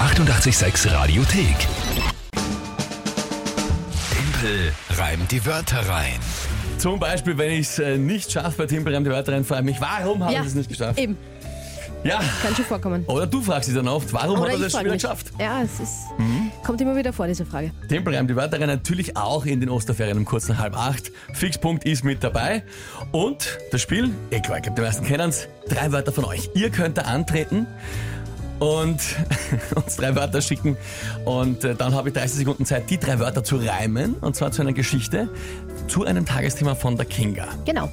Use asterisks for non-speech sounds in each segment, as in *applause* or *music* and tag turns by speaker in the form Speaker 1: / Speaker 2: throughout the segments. Speaker 1: 886 Radiothek. Tempel reimt die Wörter rein.
Speaker 2: Zum Beispiel, wenn ich es äh, nicht schaffe, bei Timpel reimt die Wörter rein, frage ich mich, warum habe
Speaker 3: Ja.
Speaker 2: ich es nicht geschafft?
Speaker 3: Eben,
Speaker 2: Ja.
Speaker 3: kann schon vorkommen.
Speaker 2: Oder du fragst dich dann oft, warum
Speaker 3: Oder
Speaker 2: hat er
Speaker 3: ich
Speaker 2: oh, das schon
Speaker 3: frag
Speaker 2: wieder
Speaker 3: mich.
Speaker 2: geschafft? Mhm.
Speaker 3: Ja, es ist, kommt immer wieder vor, diese Frage.
Speaker 2: Tempel reimt die Wörter rein natürlich auch in den Osterferien um kurz nach halb acht. Fixpunkt ist mit dabei. Und das Spiel, ich glaube, die meisten kennen es, drei Wörter von euch. Ihr könnt da antreten und *laughs* uns drei Wörter schicken. Und äh, dann habe ich 30 Sekunden Zeit, die drei Wörter zu reimen. Und zwar zu einer Geschichte, zu einem Tagesthema von der Kinga.
Speaker 3: Genau.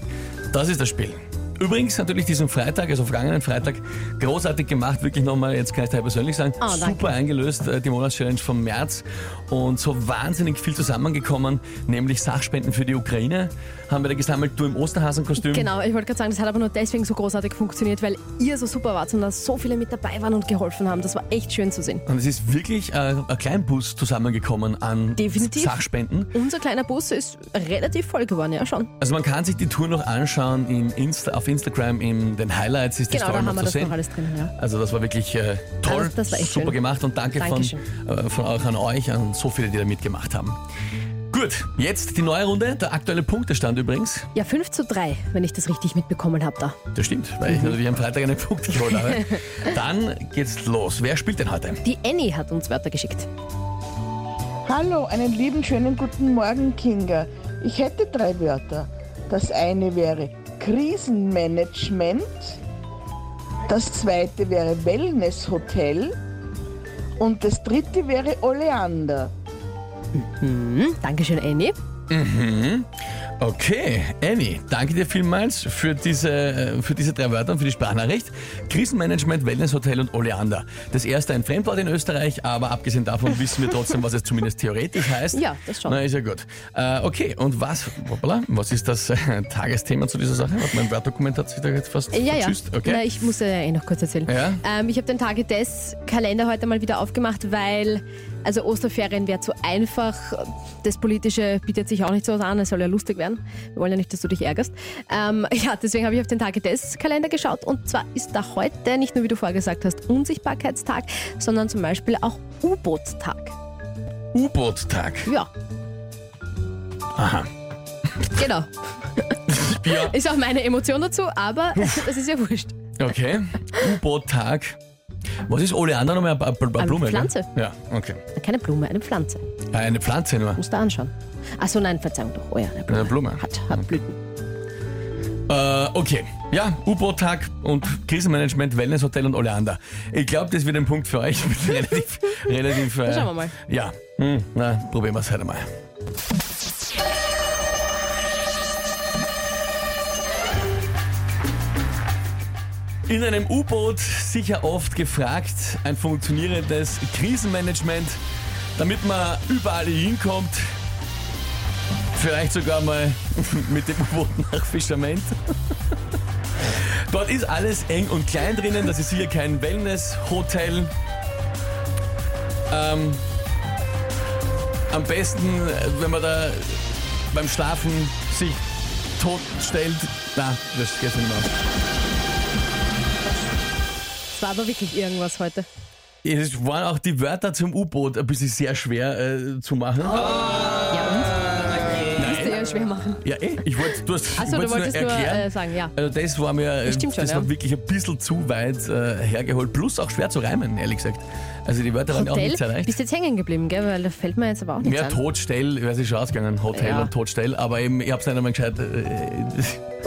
Speaker 2: Das ist das Spiel. Übrigens natürlich diesen Freitag, also vergangenen Freitag, großartig gemacht, wirklich nochmal, jetzt kann ich dir persönlich sagen,
Speaker 3: Oh, danke.
Speaker 2: super eingelöst, äh, die Monatschallenge vom März und so wahnsinnig viel zusammengekommen, nämlich Sachspenden für die Ukraine haben wir da gesammelt, du im Osterhasenkostüm.
Speaker 3: Genau, ich wollte gerade sagen, das hat aber nur deswegen so großartig funktioniert, weil ihr so super wart und da so viele mit dabei waren und geholfen haben. Das war echt schön zu sehen.
Speaker 2: Und es ist wirklich äh, ein Kleinbus zusammengekommen an
Speaker 3: Definitiv.
Speaker 2: Sachspenden.
Speaker 3: Unser kleiner Bus ist relativ voll geworden, ja schon.
Speaker 2: Also man kann sich die Tour noch anschauen im Insta, auf Instagram, in den Highlights ist die
Speaker 3: Genau,
Speaker 2: Story
Speaker 3: da
Speaker 2: noch
Speaker 3: haben wir
Speaker 2: zu
Speaker 3: das
Speaker 2: sehen.
Speaker 3: noch alles drin. Ja.
Speaker 2: Also das war wirklich äh, toll,
Speaker 3: Also das war echt
Speaker 2: super
Speaker 3: schön.
Speaker 2: gemacht und danke von,
Speaker 3: Dankeschön.
Speaker 2: äh, von auch an euch, an so viele, die da mitgemacht haben. Gut, jetzt die neue Runde. Der aktuelle Punktestand übrigens.
Speaker 3: ja, 5 zu 3, wenn ich das richtig mitbekommen habe da.
Speaker 2: Das stimmt, weil
Speaker 3: Mhm.
Speaker 2: ich natürlich am Freitag einen Punkt geholt
Speaker 3: *laughs*
Speaker 2: habe. Dann geht's los. Wer spielt denn heute?
Speaker 3: Die Annie hat uns Wörter geschickt.
Speaker 4: Hallo, einen lieben schönen guten Morgen, Kinga. Ich hätte drei Wörter. Das eine wäre Krisenmanagement, das zweite wäre Wellnesshotel und das dritte wäre Oleander.
Speaker 3: Hm, Dankeschön, Annie.
Speaker 2: Okay, Annie, danke dir vielmals für diese, äh, für diese drei Wörter und für die Sprachnachricht. Krisenmanagement, Wellnesshotel und Oleander. Das erste ein Fremdwort in Österreich, aber abgesehen davon wissen wir trotzdem, was es zumindest theoretisch heißt.
Speaker 3: Ja, das schon.
Speaker 2: Na, ist ja gut. Äh, okay, und was, hoppala, was ist das äh, Tagesthema zu dieser Sache? Warte, mein Wörterdokument hat sich da jetzt fast
Speaker 3: Ja, ja.
Speaker 2: verschüsst. Okay.
Speaker 3: Na, ich muss ja eh noch kurz erzählen.
Speaker 2: Ja.
Speaker 3: Ähm, ich habe den Tage des Kalender heute mal wieder aufgemacht, weil also Osterferien wäre zu einfach. Das Politische bietet sich auch nicht so an. Es soll ja lustig werden. Wir wollen ja nicht, dass du dich ärgerst. Ähm, *laughs* ja, deswegen habe ich auf den Tage des Kalender geschaut. Und zwar ist da heute nicht nur, wie du vorgesagt hast, Unsichtbarkeitstag, sondern zum Beispiel auch U-Boot-Tag.
Speaker 2: U-Boot-Tag.
Speaker 3: Ja.
Speaker 2: Aha.
Speaker 3: Genau.
Speaker 2: *laughs* Ja,
Speaker 3: Ist auch meine Emotion dazu, aber *laughs* das ist ja wurscht.
Speaker 2: okay. U-Boot-Tag. Was ist Oleander nochmal? Eine, eine, eine Blume? gell?
Speaker 3: Pflanze.
Speaker 2: Ja, okay.
Speaker 3: Keine Blume, eine Pflanze.
Speaker 2: Eine Pflanze nur.
Speaker 3: Musst du anschauen. Achso, nein, Verzeihung doch. Oh ja, eine Blume.
Speaker 2: Eine Blume.
Speaker 3: Hat, hat Blüten.
Speaker 2: Äh, okay. Ja, U-Boot-Tag und Krisenmanagement, Wellnesshotel und Oleander. Ich glaube, das wird ein Punkt für euch. *laughs* relativ, relativ. Äh,
Speaker 3: schauen wir mal.
Speaker 2: Ja. Hm, na, probieren wir es heute mal. In einem U-Boot sicher oft gefragt, ein funktionierendes Krisenmanagement, damit man überall hinkommt. Vielleicht sogar mal *laughs* mit dem U-Boot nach Fischerment. Dort ist alles eng und klein drinnen. Das ist hier kein Wellness-Hotel. Ähm, am besten, äh, wenn man da beim Schlafen sich tot stellt. Na, das geht nicht mehr.
Speaker 3: Es war aber wirklich irgendwas heute.
Speaker 2: Es waren auch die Wörter zum U-Boot ein bisschen sehr schwer äh, zu machen.
Speaker 3: Oh. Ja, und? Musst du ja schwer machen.
Speaker 2: Ja, eh, ich wollte, du hast,
Speaker 3: Achso,
Speaker 2: ich
Speaker 3: du
Speaker 2: wollt's
Speaker 3: wolltest
Speaker 2: nur
Speaker 3: nur
Speaker 2: erklären.
Speaker 3: äh, sagen, ja.
Speaker 2: also das war mir äh,
Speaker 3: Das stimmt schon,
Speaker 2: das
Speaker 3: ja.
Speaker 2: war wirklich ein bisschen zu weit äh, hergeholt. Plus auch schwer zu reimen, ehrlich gesagt. Also die Wörter waren ja auch
Speaker 3: Hotel,
Speaker 2: nicht sehr leicht.
Speaker 3: bist jetzt hängen geblieben, gell? Weil da fällt mir jetzt aber auch nichts
Speaker 2: Mehr
Speaker 3: ein.
Speaker 2: Totstell, ich weiß nicht, schon ausgegangen, Hotel
Speaker 3: Ja.
Speaker 2: und Totstell, aber eben, ich hab's nicht einmal gescheit. Äh,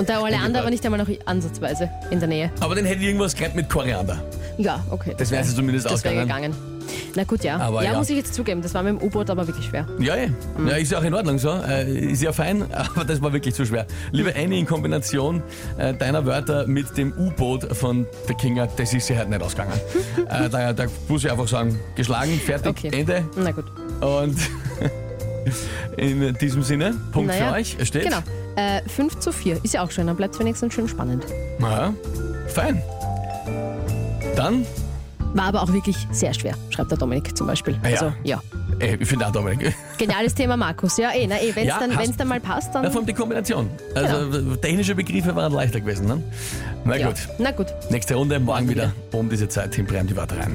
Speaker 3: Und der Oleander war nicht einmal noch ansatzweise in der Nähe.
Speaker 2: aber dann hätte ich irgendwas gehabt mit Koriander.
Speaker 3: Ja, okay.
Speaker 2: Das wäre also zumindest
Speaker 3: Das wäre
Speaker 2: ausgegangen.
Speaker 3: gegangen. Na gut, ja.
Speaker 2: Aber
Speaker 3: ja.
Speaker 2: ja.
Speaker 3: muss ich jetzt zugeben, das war mit dem U-Boot aber wirklich schwer.
Speaker 2: Ja, ja.
Speaker 3: Mhm.
Speaker 2: ja, ist ja auch in Ordnung so. Äh, ist ja fein, *laughs* aber das war wirklich zu schwer. Liebe Annie, in Kombination äh, deiner Wörter mit dem U-Boot von der Kinga, das ist sie halt nicht
Speaker 3: *laughs*
Speaker 2: ausgegangen. äh, da, da muss ich einfach sagen, geschlagen, fertig,
Speaker 3: Okay.
Speaker 2: Ende.
Speaker 3: Na gut.
Speaker 2: Und *laughs* in diesem Sinne, Punkt
Speaker 3: naja.
Speaker 2: für euch. Es Steht?
Speaker 3: Genau. Äh, 5 zu 4. Ist ja auch schön, dann bleibt es wenigstens schön spannend.
Speaker 2: Ja, fein. Dann,
Speaker 3: War aber auch wirklich sehr schwer, schreibt der Dominik zum Beispiel.
Speaker 2: Ja.
Speaker 3: Also, ja.
Speaker 2: ey, Äh, ich finde auch Dominik.
Speaker 3: Geniales Thema, Markus. Ja, eh, na, eh, wenn es
Speaker 2: Ja,
Speaker 3: dann,
Speaker 2: hast-
Speaker 3: wenn's dann mal passt, dann.
Speaker 2: Na, vor allem die Kombination. Also technische Begriffe waren leichter gewesen. Ne? Na
Speaker 3: ja.
Speaker 2: gut,
Speaker 3: Na gut.
Speaker 2: nächste Runde, morgen wieder um diese Zeit. Tim Breim die Wörter rein.